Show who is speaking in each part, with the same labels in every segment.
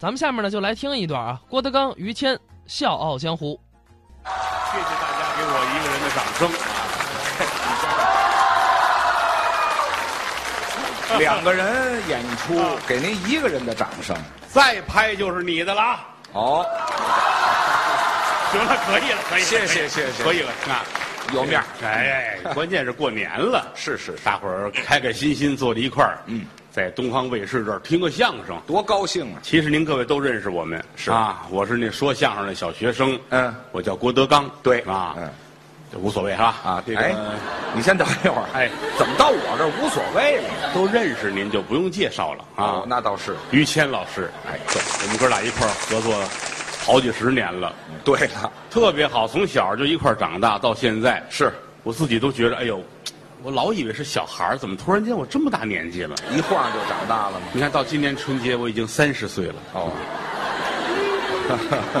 Speaker 1: 咱们下面呢就来听一段啊，郭德纲、于谦《笑傲江湖》。
Speaker 2: 谢谢大家给我一个人的掌声。
Speaker 3: 两个人演出
Speaker 2: 啊，
Speaker 3: 给您一个人的掌声。
Speaker 2: 再拍就是你的了啊！
Speaker 3: 哦，
Speaker 2: 行了，可以了，可以了，
Speaker 3: 谢
Speaker 2: 可以了
Speaker 3: 谢谢谢
Speaker 2: 可以了啊，
Speaker 3: 有面儿
Speaker 2: 哎，关键是过年了，
Speaker 3: 是是是
Speaker 2: 大伙儿开开心心坐在一块儿，
Speaker 3: 嗯，
Speaker 2: 在东方卫视这儿听个相声。
Speaker 3: 多高兴啊！
Speaker 2: 其实您各位都认识我们，
Speaker 3: 是
Speaker 2: 啊，我是那说相声的小学生，
Speaker 3: 嗯
Speaker 2: 我叫郭德纲，
Speaker 3: 对
Speaker 2: 啊，
Speaker 3: 嗯
Speaker 2: 这无所谓哈
Speaker 3: 啊，
Speaker 2: 这
Speaker 3: 哎
Speaker 2: 个，
Speaker 3: 你先等一会儿。
Speaker 2: 哎，
Speaker 3: 怎么到我这儿无所谓了？
Speaker 2: 都认识您就不用介绍了啊
Speaker 3: 哦，。那倒是。
Speaker 2: 于谦老师，
Speaker 3: 哎，对
Speaker 2: 我们哥俩一块儿合作好几十年了。
Speaker 3: 对了，
Speaker 2: 特别好，从小就一块儿长大到现在，
Speaker 3: 是
Speaker 2: 我自己都觉得，哎呦，我老以为是小孩儿，怎么突然间我这么大年纪了？
Speaker 3: 一晃就长大了嘛。
Speaker 2: 你看到今年春节我已经三十岁了，
Speaker 3: 哦。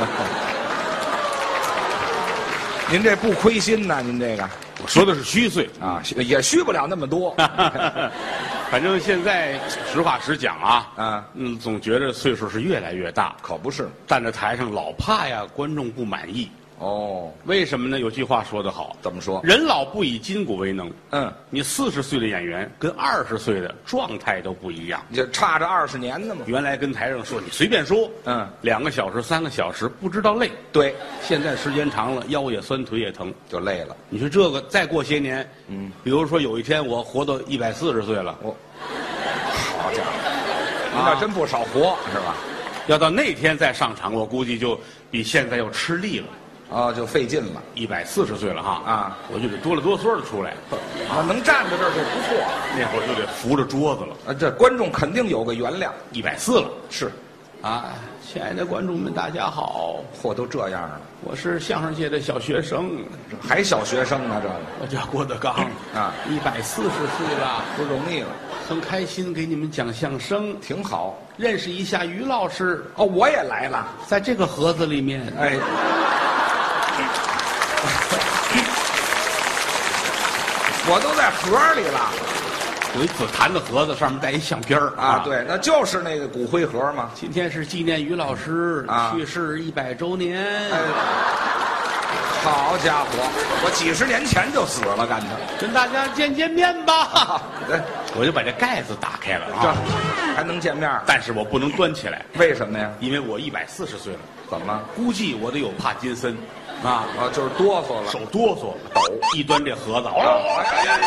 Speaker 3: 您这不亏心呐，您这个
Speaker 2: 我说的是虚岁。
Speaker 3: 啊，也虚不了那么多。
Speaker 2: 反正现在实话实讲啊，
Speaker 3: 嗯
Speaker 2: 嗯，总觉着岁数是越来越大，
Speaker 3: 可不是。
Speaker 2: 站在台上老怕呀观众不满意，
Speaker 3: 哦，
Speaker 2: 为什么呢？有句话说得好，
Speaker 3: 怎么说？
Speaker 2: 人老不以筋骨为能。
Speaker 3: 嗯，
Speaker 2: 你四十岁的演员跟二十岁的状态都不一样。
Speaker 3: 你这差着二十年呢嘛。
Speaker 2: 原来跟台上说你随便说，
Speaker 3: 嗯，
Speaker 2: 两个小时、三个小时不知道累，
Speaker 3: 对，
Speaker 2: 现在时间长了腰也酸、腿也疼。
Speaker 3: 就累了。
Speaker 2: 你说这个再过些年，嗯，比如说有一天我活到一百四十岁了，
Speaker 3: 我，好家伙，您倒真不少活、是吧？
Speaker 2: 要到那天再上场，我估计就比现在要吃力了。
Speaker 3: 哦，就费劲了。
Speaker 2: 一百四十岁了哈，
Speaker 3: 啊，
Speaker 2: 我就得哆里哆嗦的出来，
Speaker 3: 啊，能站在这儿就不错了。
Speaker 2: 那会儿就得扶着桌子了。
Speaker 3: 啊，这观众肯定有个原谅。
Speaker 2: 一百四了，
Speaker 3: 是，
Speaker 2: 啊，亲爱的观众们，大家好，
Speaker 3: 货都这样了，
Speaker 2: 我是相声界的小学生，
Speaker 3: 这还小学生呢，这个
Speaker 2: 我叫郭德纲，
Speaker 3: 啊，
Speaker 2: 一百四十岁了。
Speaker 3: 不容易了，
Speaker 2: 很开心给你们讲相声，
Speaker 3: 挺好。
Speaker 2: 认识一下于老师。
Speaker 3: 哦，我也来了。
Speaker 2: 在这个盒子里面，
Speaker 3: 哎，我都在盒里了
Speaker 2: 有一紫檀的盒子，上面带一相片儿
Speaker 3: 啊。。对，那就是那个骨灰盒嘛。
Speaker 2: 今天是纪念于老师
Speaker 3: 啊
Speaker 2: 去世一百周年。
Speaker 3: 哎，好家伙，我几十年前就死了，干脆。
Speaker 2: 跟大家见见面吧。
Speaker 3: 哎
Speaker 2: 我就把这盖子打开了
Speaker 3: 这
Speaker 2: 啊，
Speaker 3: 还能见面儿？
Speaker 2: 但是我不能端起来，
Speaker 3: 为什么呀？
Speaker 2: 因为我一百四十岁了，
Speaker 3: 怎么？
Speaker 2: 估计我得有帕金森，啊，
Speaker 3: 啊，就是哆 嗦了。
Speaker 2: 手哆嗦抖，一端这盒子，
Speaker 3: 哎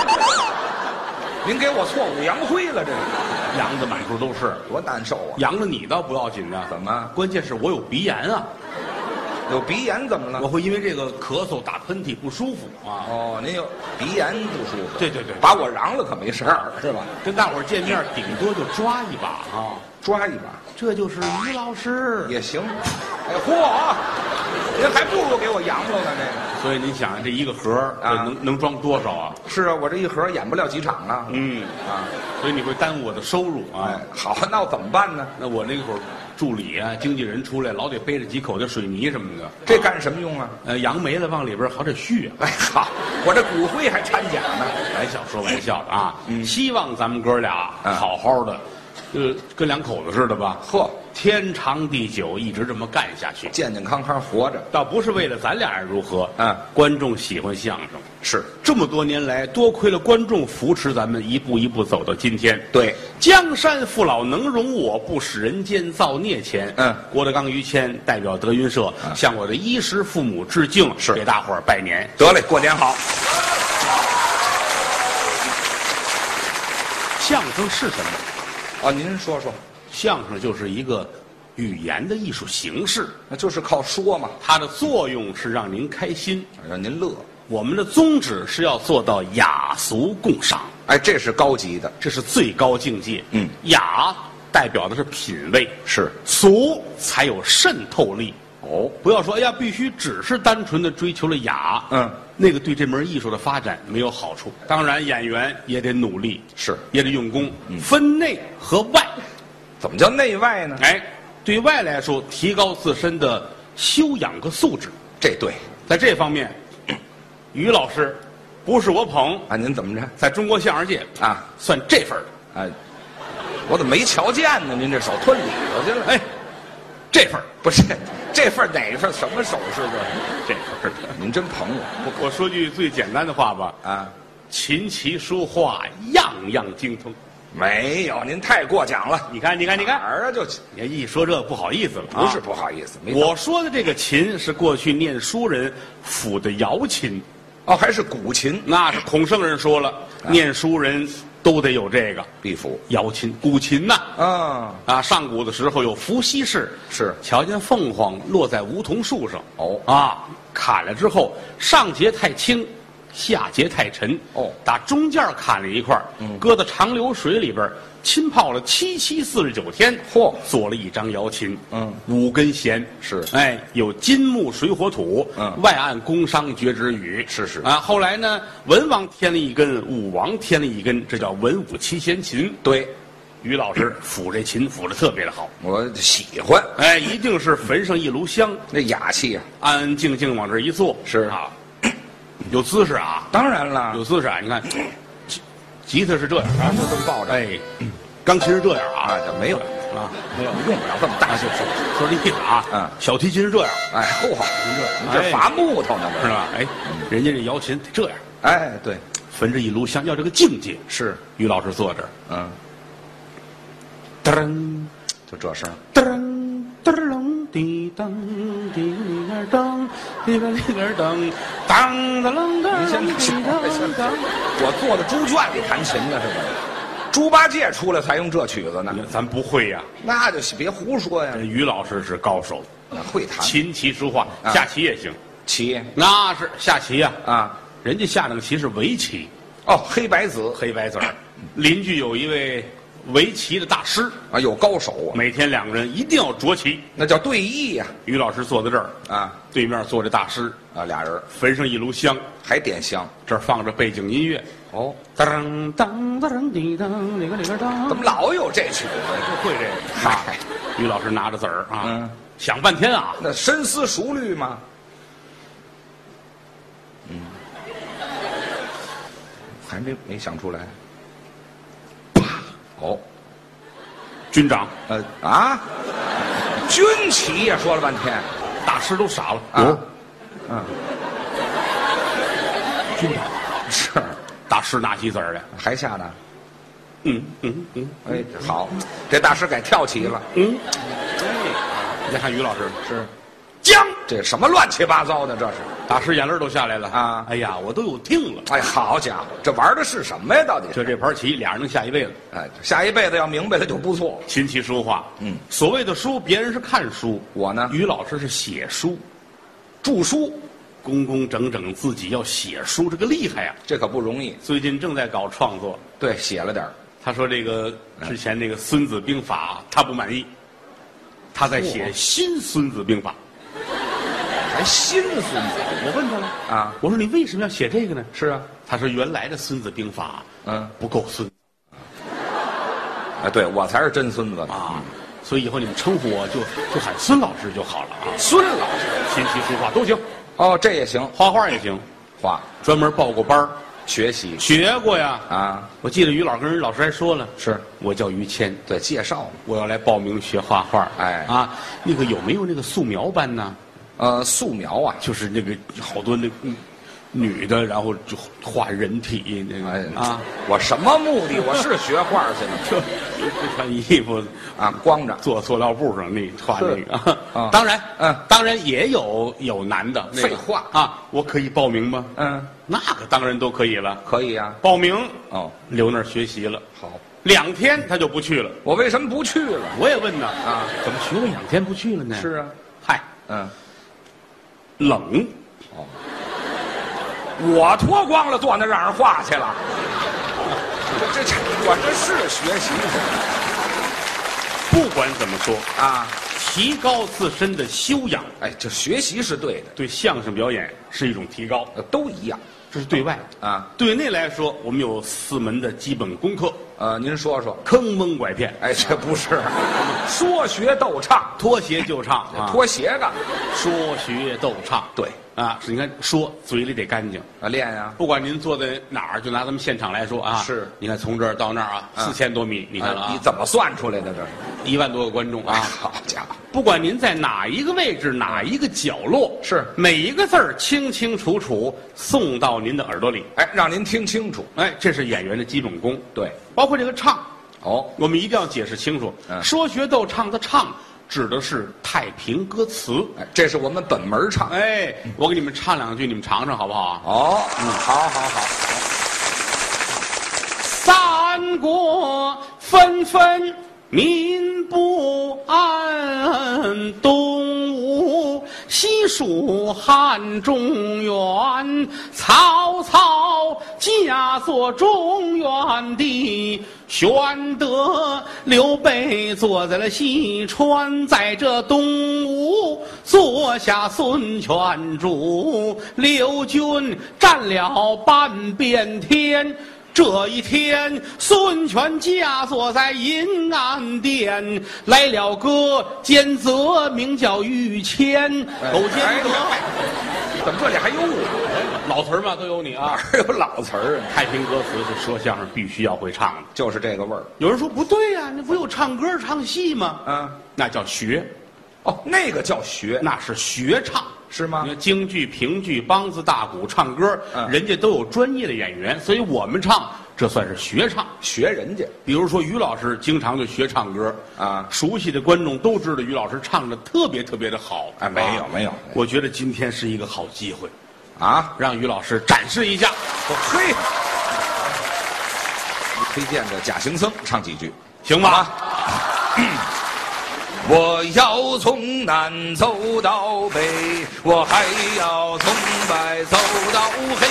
Speaker 3: 您给我错五扬灰了，这是
Speaker 2: 扬的满处都是。
Speaker 3: 多难受啊！
Speaker 2: 扬了你倒不要紧的，
Speaker 3: 怎么
Speaker 2: 关键是我有鼻炎啊。
Speaker 3: 有鼻炎怎么
Speaker 2: 我
Speaker 3: 了？
Speaker 2: 会因为这个咳嗽、打喷嚏不舒服啊。
Speaker 3: 哦，您有鼻炎不舒服。
Speaker 2: 对对对
Speaker 3: 把我嚷了可没事儿，是吧？哦
Speaker 2: 跟大伙儿见面，顶多就抓一把啊。
Speaker 3: 抓一把
Speaker 2: 这就是于老师，
Speaker 3: 也行。哎嚯，您还不如给我扬了呢，这
Speaker 2: 所以您想，这一个盒儿
Speaker 3: 啊
Speaker 2: 这能能装多少啊？
Speaker 3: 个。是啊，我这一盒演不了几场啊。
Speaker 2: 嗯，
Speaker 3: 啊，
Speaker 2: 所以你会耽误我的收入啊
Speaker 3: 哎。，好，那我怎么办呢？
Speaker 2: 那我那会儿助理啊、经纪人出来，老得背着几口的水泥什么的，
Speaker 3: 这干什么用啊？
Speaker 2: 呃，扬没了往里边儿好得续啊。
Speaker 3: 哎，好，我这骨灰还掺假呢。
Speaker 2: 玩笑说玩笑的啊，希望咱们哥俩
Speaker 3: 嗯
Speaker 2: 好好的，呃，跟两口子似的吧，
Speaker 3: 嚯，
Speaker 2: 天长地久，一直这么干下去。
Speaker 3: 健健康康活着。
Speaker 2: 倒不是为了咱俩人如何，
Speaker 3: 嗯
Speaker 2: 观众喜欢相声，
Speaker 3: 是，
Speaker 2: 这么多年来，多亏了观众扶持，咱们一步一步走到今天。
Speaker 3: 对，
Speaker 2: 江山父老能容我，不使人间造孽钱。
Speaker 3: 嗯啊
Speaker 2: 郭德纲、于谦代表德云社、向我的衣食父母致敬，
Speaker 3: 是
Speaker 2: 给大伙儿拜年。
Speaker 3: 得嘞，过年好。
Speaker 2: 相声是什么？
Speaker 3: 啊，您说说，
Speaker 2: 相声就是一个语言的艺术形式，
Speaker 3: 那就是靠说嘛，
Speaker 2: 它的作用是让您开心。
Speaker 3: 让您乐。
Speaker 2: 我们的宗旨是要做到雅俗共赏。
Speaker 3: 哎，这是高级的，
Speaker 2: 这是最高境界。
Speaker 3: 嗯，
Speaker 2: 雅代表的是品味，
Speaker 3: 是
Speaker 2: 俗才有渗透力。
Speaker 3: 哦，
Speaker 2: 不要说哎呀，必须只是单纯的追求了雅，
Speaker 3: 嗯，
Speaker 2: 那个对这门艺术的发展没有好处。当然，演员也得努力，
Speaker 3: 是嗯
Speaker 2: 也得用功，分内和外。
Speaker 3: 怎么叫内外呢？
Speaker 2: 哎，对外来说，提高自身的修养和素质，
Speaker 3: 这对
Speaker 2: 在这方面，于老师不是我捧，
Speaker 3: 啊，您怎么着？
Speaker 2: 在中国相声界
Speaker 3: 啊
Speaker 2: 算这份儿的。
Speaker 3: 哎，我怎么没瞧见呢？您这手吞里头去了？
Speaker 2: 哎，
Speaker 3: 这份儿不是这份儿哪份儿什么首饰这
Speaker 2: 这份儿
Speaker 3: 是？您真捧我
Speaker 2: 我说句最简单的话吧，
Speaker 3: 啊？
Speaker 2: 琴棋书画样样精通。
Speaker 3: 没有，您太过奖了。
Speaker 2: 你看，你看，你
Speaker 3: 哪
Speaker 2: 看，
Speaker 3: 儿啊？就
Speaker 2: 你看一说这不好意思了、啊，
Speaker 3: 不是不好意思，没到
Speaker 2: 我说的这个琴是过去念书人抚的瑶琴，
Speaker 3: 哦，还是古琴
Speaker 2: 那是孔圣人说了，
Speaker 3: 啊
Speaker 2: 念书人都得有这个
Speaker 3: 必府
Speaker 2: 瑶琴、古琴呐、
Speaker 3: 啊？
Speaker 2: 啊，上古的时候有伏羲氏，
Speaker 3: 是
Speaker 2: 瞧见凤凰落在梧桐树上，
Speaker 3: 哦
Speaker 2: 啊，砍了之后上节太轻，下节太沉，
Speaker 3: 哦嗯
Speaker 2: 打中间砍了一块儿，搁到长流水里边儿浸泡了七七四十九天，
Speaker 3: 嚯
Speaker 2: 做了一张瑶琴，
Speaker 3: 嗯，
Speaker 2: 五根弦
Speaker 3: 是
Speaker 2: 哎，有金木水火土，
Speaker 3: 嗯
Speaker 2: 外按宫商角徵羽，
Speaker 3: 是是
Speaker 2: 啊，后来呢，文王添了一根，武王添了一根，这叫文武七弦琴，
Speaker 3: 对，
Speaker 2: 于老师抚这琴抚的特别的好，
Speaker 3: 我喜欢
Speaker 2: 哎，一定是焚上一炉香，
Speaker 3: 那雅气啊。
Speaker 2: 安安静静往这儿一坐，
Speaker 3: 是
Speaker 2: 啊，有姿势啊，
Speaker 3: 当然了
Speaker 2: 有，姿势啊！你看，吉吉他是这样啊，
Speaker 3: 就这么抱着。
Speaker 2: 哎，钢琴是这样啊
Speaker 3: 啊，这没有
Speaker 2: 啊，
Speaker 3: 没有，用不了这么大劲儿。
Speaker 2: 说这意思啊，
Speaker 3: 嗯
Speaker 2: 小提琴是这样，
Speaker 3: 哎，不好，您这您这
Speaker 2: 哎
Speaker 3: 伐木头呢，
Speaker 2: 是吧？哎，人家这瑶琴得这样，
Speaker 3: 这？哎，对，
Speaker 2: 焚着一炉香，要这个境界。
Speaker 3: 是，
Speaker 2: 于老师坐这儿，
Speaker 3: 嗯，
Speaker 2: 噔
Speaker 3: 就这声儿。
Speaker 2: 噔噔滴噔滴里个噔滴个里个噔当当啷当
Speaker 3: 您先别说了先别说了我坐在猪圈里弹琴呢，是吧？猪八戒出来才用这曲子呢，
Speaker 2: 咱不会呀、
Speaker 3: 那就别胡说呀！
Speaker 2: 于老师是高手，
Speaker 3: 会弹
Speaker 2: 琴棋书画，
Speaker 3: 啊
Speaker 2: 下棋也行。
Speaker 3: 棋
Speaker 2: 那是下棋呀、
Speaker 3: 啊，
Speaker 2: 人家下那个棋是围棋，
Speaker 3: 哦，黑白子
Speaker 2: 黑白子儿。邻居有一位围棋的大师，
Speaker 3: 啊，有高手啊，
Speaker 2: 每天两个人一定要着棋。
Speaker 3: 那叫对弈呀
Speaker 2: 于老师坐在这儿，
Speaker 3: 啊
Speaker 2: 对面坐着大师，
Speaker 3: 啊，俩人
Speaker 2: 焚上一炉香，
Speaker 3: 还点香
Speaker 2: 这儿放着背景音乐，
Speaker 3: 哦，
Speaker 2: 噔噔噔滴噔，里个里个噔
Speaker 3: 怎么老有这曲子？
Speaker 2: 就哎会这个？啊
Speaker 3: 嗨，
Speaker 2: 于老师拿着子儿啊，
Speaker 3: 嗯
Speaker 2: 想半天啊，
Speaker 3: 那深思熟虑嘛，嗯，还没没想出来，啪，哦，
Speaker 2: 军长、
Speaker 3: 呃啊，军旗呀，说了半天。
Speaker 2: 大师都傻了。
Speaker 3: 啊
Speaker 2: 哦，
Speaker 3: 嗯，
Speaker 2: 军长，
Speaker 3: 是，
Speaker 2: 大师拿起子儿来，
Speaker 3: 还下呢。
Speaker 2: 嗯嗯嗯
Speaker 3: 哎，好，这大师改跳棋了。
Speaker 2: 嗯，你再看于老师，
Speaker 3: 是，
Speaker 2: 将，
Speaker 3: 这什么乱七八糟的？这是。
Speaker 2: 大师眼泪都下来了
Speaker 3: 啊
Speaker 2: 哎呀，我都有定了，
Speaker 3: 哎，好家伙，这玩的是什么呀？到底？
Speaker 2: 就这盘棋，俩人能下一辈子。
Speaker 3: 哎，下一辈子要明白了就不错。
Speaker 2: 琴棋书画，
Speaker 3: 嗯
Speaker 2: 所谓的书，别人是看书，
Speaker 3: 我呢
Speaker 2: 于老师是写书，
Speaker 3: 著书
Speaker 2: 工工整整自己要写书，这个厉害啊！
Speaker 3: 这可不容易，
Speaker 2: 最近正在搞创作，
Speaker 3: 对，写了点儿
Speaker 2: 他说这个
Speaker 3: 嗯
Speaker 2: 之前那个《孙子兵法》他不满意，他在写
Speaker 3: 嚯
Speaker 2: 新《孙子兵法
Speaker 3: 还新孙子。》。
Speaker 2: 我问他了
Speaker 3: 啊，
Speaker 2: 我说你为什么要写这个呢？
Speaker 3: 是啊，
Speaker 2: 他说原来的《孙子兵法》
Speaker 3: 嗯
Speaker 2: 不够孙子
Speaker 3: 啊，对我才是真孙子呢。
Speaker 2: 啊，所以以后你们称呼我就就喊孙老师就好了啊。
Speaker 3: 孙老师，
Speaker 2: 琴棋书画都行，
Speaker 3: 哦，这也行，
Speaker 2: 画画也行，
Speaker 3: 画
Speaker 2: 专门报过班儿
Speaker 3: 学习
Speaker 2: 学过呀。
Speaker 3: 啊，
Speaker 2: 我记得于老跟人老师还说了，
Speaker 3: 是
Speaker 2: 我叫于谦，
Speaker 3: 对介绍嘛。
Speaker 2: 我要来报名学画画。
Speaker 3: 哎
Speaker 2: 啊，那个有没有那个素描班呢？
Speaker 3: 呃，素描啊，
Speaker 2: 就是那个好多那个嗯女的，然后就画人体那
Speaker 3: 哎
Speaker 2: 个啊，，
Speaker 3: 我什么目的？我是学画去的。
Speaker 2: 就不穿衣服
Speaker 3: 啊，光着
Speaker 2: 坐塑料布上那画那个
Speaker 3: 是啊
Speaker 2: 啊。当然，
Speaker 3: 嗯
Speaker 2: 当然也有有男的。那个
Speaker 3: 废话
Speaker 2: 啊，我可以报名吗？
Speaker 3: 嗯，
Speaker 2: 那个当然都可以了。
Speaker 3: 可以啊。
Speaker 2: 报名
Speaker 3: 哦，
Speaker 2: 留那儿学习了，
Speaker 3: 好，
Speaker 2: 两天他就不去了。
Speaker 3: 我为什么不去了？
Speaker 2: 我也问呢，
Speaker 3: 啊，
Speaker 2: 怎么学了两天不去了呢？
Speaker 3: 是啊，
Speaker 2: 嗨，
Speaker 3: 嗯，
Speaker 2: 冷，
Speaker 3: 我脱光了坐那让人画去了。 这这这，我这是学习
Speaker 2: 不管怎么说，
Speaker 3: 啊！
Speaker 2: 提高自身的修养，
Speaker 3: 哎，这学习是对的，
Speaker 2: 对相声表演是一种提高，
Speaker 3: 呃都一样
Speaker 2: 这是对外。
Speaker 3: 啊。
Speaker 2: 对内来说，我们有四门的基本功课：
Speaker 3: 呃，您说说，
Speaker 2: 坑蒙拐骗、
Speaker 3: 哎，这不是说学逗唱，
Speaker 2: 脱鞋就唱啊，
Speaker 3: 脱鞋干嘛？
Speaker 2: 说学逗唱。
Speaker 3: 对，
Speaker 2: 啊，是你看说嘴里得干净，
Speaker 3: 啊，练呀、
Speaker 2: 不管您坐在哪儿，就拿咱们现场来说啊，
Speaker 3: 是
Speaker 2: 你看从这儿到那儿啊，
Speaker 3: 嗯
Speaker 2: 四千多米，你看了
Speaker 3: 啊你
Speaker 2: 啊，
Speaker 3: 怎么算出来的这是？
Speaker 2: 一万多个观众
Speaker 3: 啊，
Speaker 2: 啊，
Speaker 3: 好家伙，
Speaker 2: 不管您在哪一个位置、哪一个角落，
Speaker 3: 是
Speaker 2: 每一个字儿清清楚楚送到您的耳朵里。
Speaker 3: 哎，让您听清楚。
Speaker 2: 哎，这是演员的基本功，
Speaker 3: 对，
Speaker 2: 包括这个唱，
Speaker 3: 哦，
Speaker 2: 我们一定要解释清楚。
Speaker 3: 嗯
Speaker 2: 说学逗唱的唱指的是太平歌词。
Speaker 3: 哎，这是我们本门唱。
Speaker 2: 哎，我给你们唱两句，你们尝尝好不好？
Speaker 3: 哦，嗯，好好好，
Speaker 2: 三国纷纷民不安，东吴西蜀汉中原，曹操假作中原帝，玄德刘备坐在了西川，在这东吴坐下孙权主，刘军占了半边天。这一天，孙权驾坐在银安殿，来了个奸贼，名叫于谦。
Speaker 3: 哎
Speaker 2: 狗奸贼，
Speaker 3: 怎么这里还有我？
Speaker 2: 哎 老词儿嘛都有你
Speaker 3: 哪
Speaker 2: 啊。
Speaker 3: 儿有老词儿啊？
Speaker 2: 太平歌词是说相声必须要会唱的。
Speaker 3: 就是这个味儿。
Speaker 2: 有人说不对呀、那不有唱歌唱戏吗？
Speaker 3: 嗯，
Speaker 2: 啊那叫学，
Speaker 3: 哦，那个叫学，
Speaker 2: 那是学唱。
Speaker 3: 是
Speaker 2: 你
Speaker 3: 吗？
Speaker 2: 看京剧、评剧、梆子、大鼓、唱歌，
Speaker 3: 嗯
Speaker 2: 人家都有专业的演员，所以我们唱这算是学唱。
Speaker 3: 学人家
Speaker 2: 比如说于老师经常就学唱歌
Speaker 3: 啊
Speaker 2: 熟悉的观众都知道于老师唱的特别特别的好
Speaker 3: 啊没有没有
Speaker 2: 我觉得今天是一个好机会，
Speaker 3: 啊？
Speaker 2: 让于老师展示一下。
Speaker 3: 我嘿，你推荐的假行僧唱几句？
Speaker 2: 行吧，
Speaker 3: 我要从南走到北，我还要从白走到黑，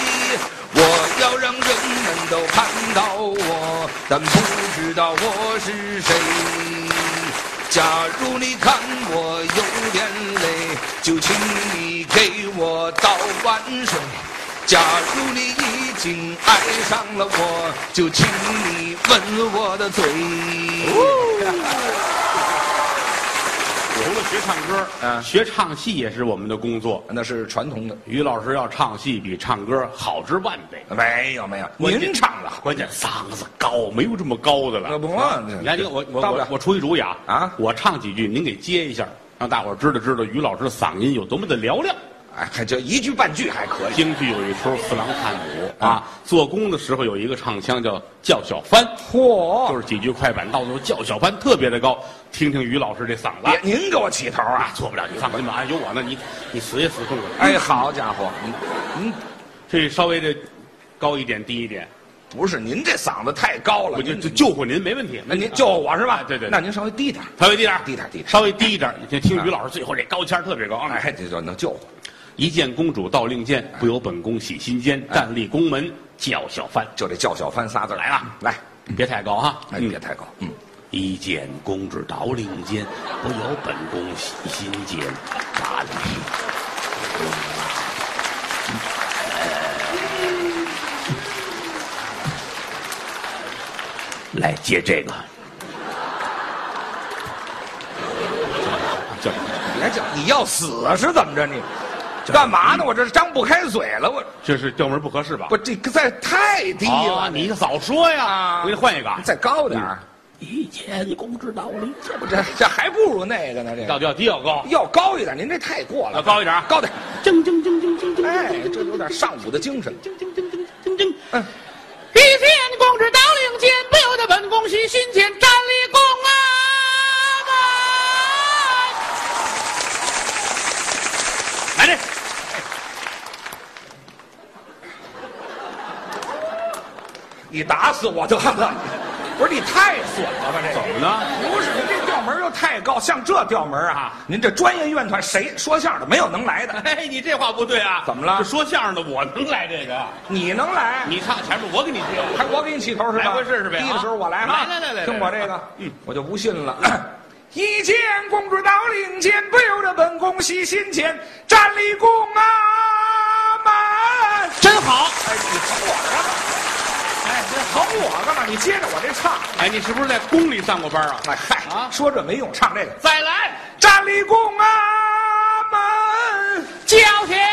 Speaker 3: 我要让人们都看到我，但不知道我是谁。假如你看我有点累，就请你给我倒碗水。假如你已经爱上了我，就请你吻我的嘴。
Speaker 2: 除了学唱歌，
Speaker 3: 嗯
Speaker 2: 学唱戏也是我们的工作。
Speaker 3: 那是传统的。
Speaker 2: 于老师要唱戏比唱歌好之万倍，
Speaker 3: 没有没有，
Speaker 2: 关键
Speaker 3: 您唱的好，
Speaker 2: 关键嗓子高，没有这么高的了。
Speaker 3: 那不
Speaker 2: 你看，你看我我
Speaker 3: 到不
Speaker 2: 我
Speaker 3: 了
Speaker 2: 我出一主意啊
Speaker 3: 啊
Speaker 2: 我唱几句，您给接一下，让大伙儿知道知道于老师的嗓音有多么的嘹亮。
Speaker 3: 哎，还就一句半句还可以。
Speaker 2: 京剧有一出《四郎探母》啊
Speaker 3: 啊，
Speaker 2: 做工的时候有一个唱腔叫叫小帆，
Speaker 3: 嚯
Speaker 2: 就是几句快板，到最后叫小帆特别的高。听听于老师这嗓子
Speaker 3: 别，您给我起头
Speaker 2: 啊
Speaker 3: 啊，！
Speaker 2: 做不了，你放心吧，啊有我呢，你你死也死不了。
Speaker 3: 哎，好家伙，您您
Speaker 2: 这稍微的高一点，低一点，
Speaker 3: 不是您这嗓子太高了，
Speaker 2: 我就
Speaker 3: 您
Speaker 2: 就救护您没问题。
Speaker 3: 那您救我是吧
Speaker 2: 啊？对对对
Speaker 3: 那您稍微低点儿，
Speaker 2: 稍微低点儿，
Speaker 3: 低点儿低点儿
Speaker 2: 稍微低一点儿。你听听
Speaker 3: 啊
Speaker 2: 于老师最后这高腔儿特别高啊！
Speaker 3: 哎，这就能救我。
Speaker 2: 一见公主到令箭，不由本宫喜心间，
Speaker 3: 哎
Speaker 2: 站立宫门叫小帆。
Speaker 3: 就这叫小帆仨字儿
Speaker 2: 来了
Speaker 3: 来，
Speaker 2: 别太高哈，
Speaker 3: 哎，别太高，嗯，
Speaker 2: 一见公主到令间，不由本宫喜心间。大理，来接这个，这
Speaker 3: 嗯别叫你要死啊是怎么着你？干嘛
Speaker 2: 嗯
Speaker 3: 呢？我这张不开嘴了，我
Speaker 2: 这是调门不合适吧？
Speaker 3: 我这个再太低
Speaker 2: 啊，
Speaker 3: 了，
Speaker 2: 你早说呀！
Speaker 3: 啊
Speaker 2: 我给你换一个啊，
Speaker 3: 再高点儿，
Speaker 2: 一见公主到令箭，
Speaker 3: 我这这还不如那个呢，这个
Speaker 2: 要要低要高，
Speaker 3: 要高一点，您这太过了，
Speaker 2: 要高一点啊
Speaker 3: 高点儿，
Speaker 2: 铮铮铮铮铮铮
Speaker 3: 哎，这有点上午的精神。
Speaker 2: 铮铮铮铮铮铮。
Speaker 3: 嗯，
Speaker 1: 一见公主到领间，不由得本宫喜心间，站立宫啊门。
Speaker 2: 来这，
Speaker 3: 你打死我得了！不是你太损了吧？这
Speaker 2: 怎么呢？
Speaker 3: 不是您这调门儿又太高，像这调门儿啊，您这专业院团谁说相声的没有能来的？
Speaker 2: 哎，你这话不对啊！
Speaker 3: 怎么了
Speaker 2: 这说相声的我能来这个，
Speaker 3: 你能来？
Speaker 2: 你唱前面我给你接。
Speaker 3: 还我给你起头是吧？
Speaker 2: 来回试试呗啊
Speaker 3: 低的时候我来哈，
Speaker 2: 来来来来来
Speaker 3: 听我这个，
Speaker 2: 嗯，
Speaker 3: 我就不信了。一见公主到领间，不由得本宫喜心间，站立宫啊门。
Speaker 2: 真好！
Speaker 3: 哎，你捧我干嘛？哎，你捧我干嘛？你接着我这唱。
Speaker 2: 哎，你是不是在宫里上过班啊？
Speaker 3: 哎嗨，
Speaker 2: 啊
Speaker 3: 说这没用，唱这个。
Speaker 1: 再来，
Speaker 3: 站立宫啊门，
Speaker 1: 叫天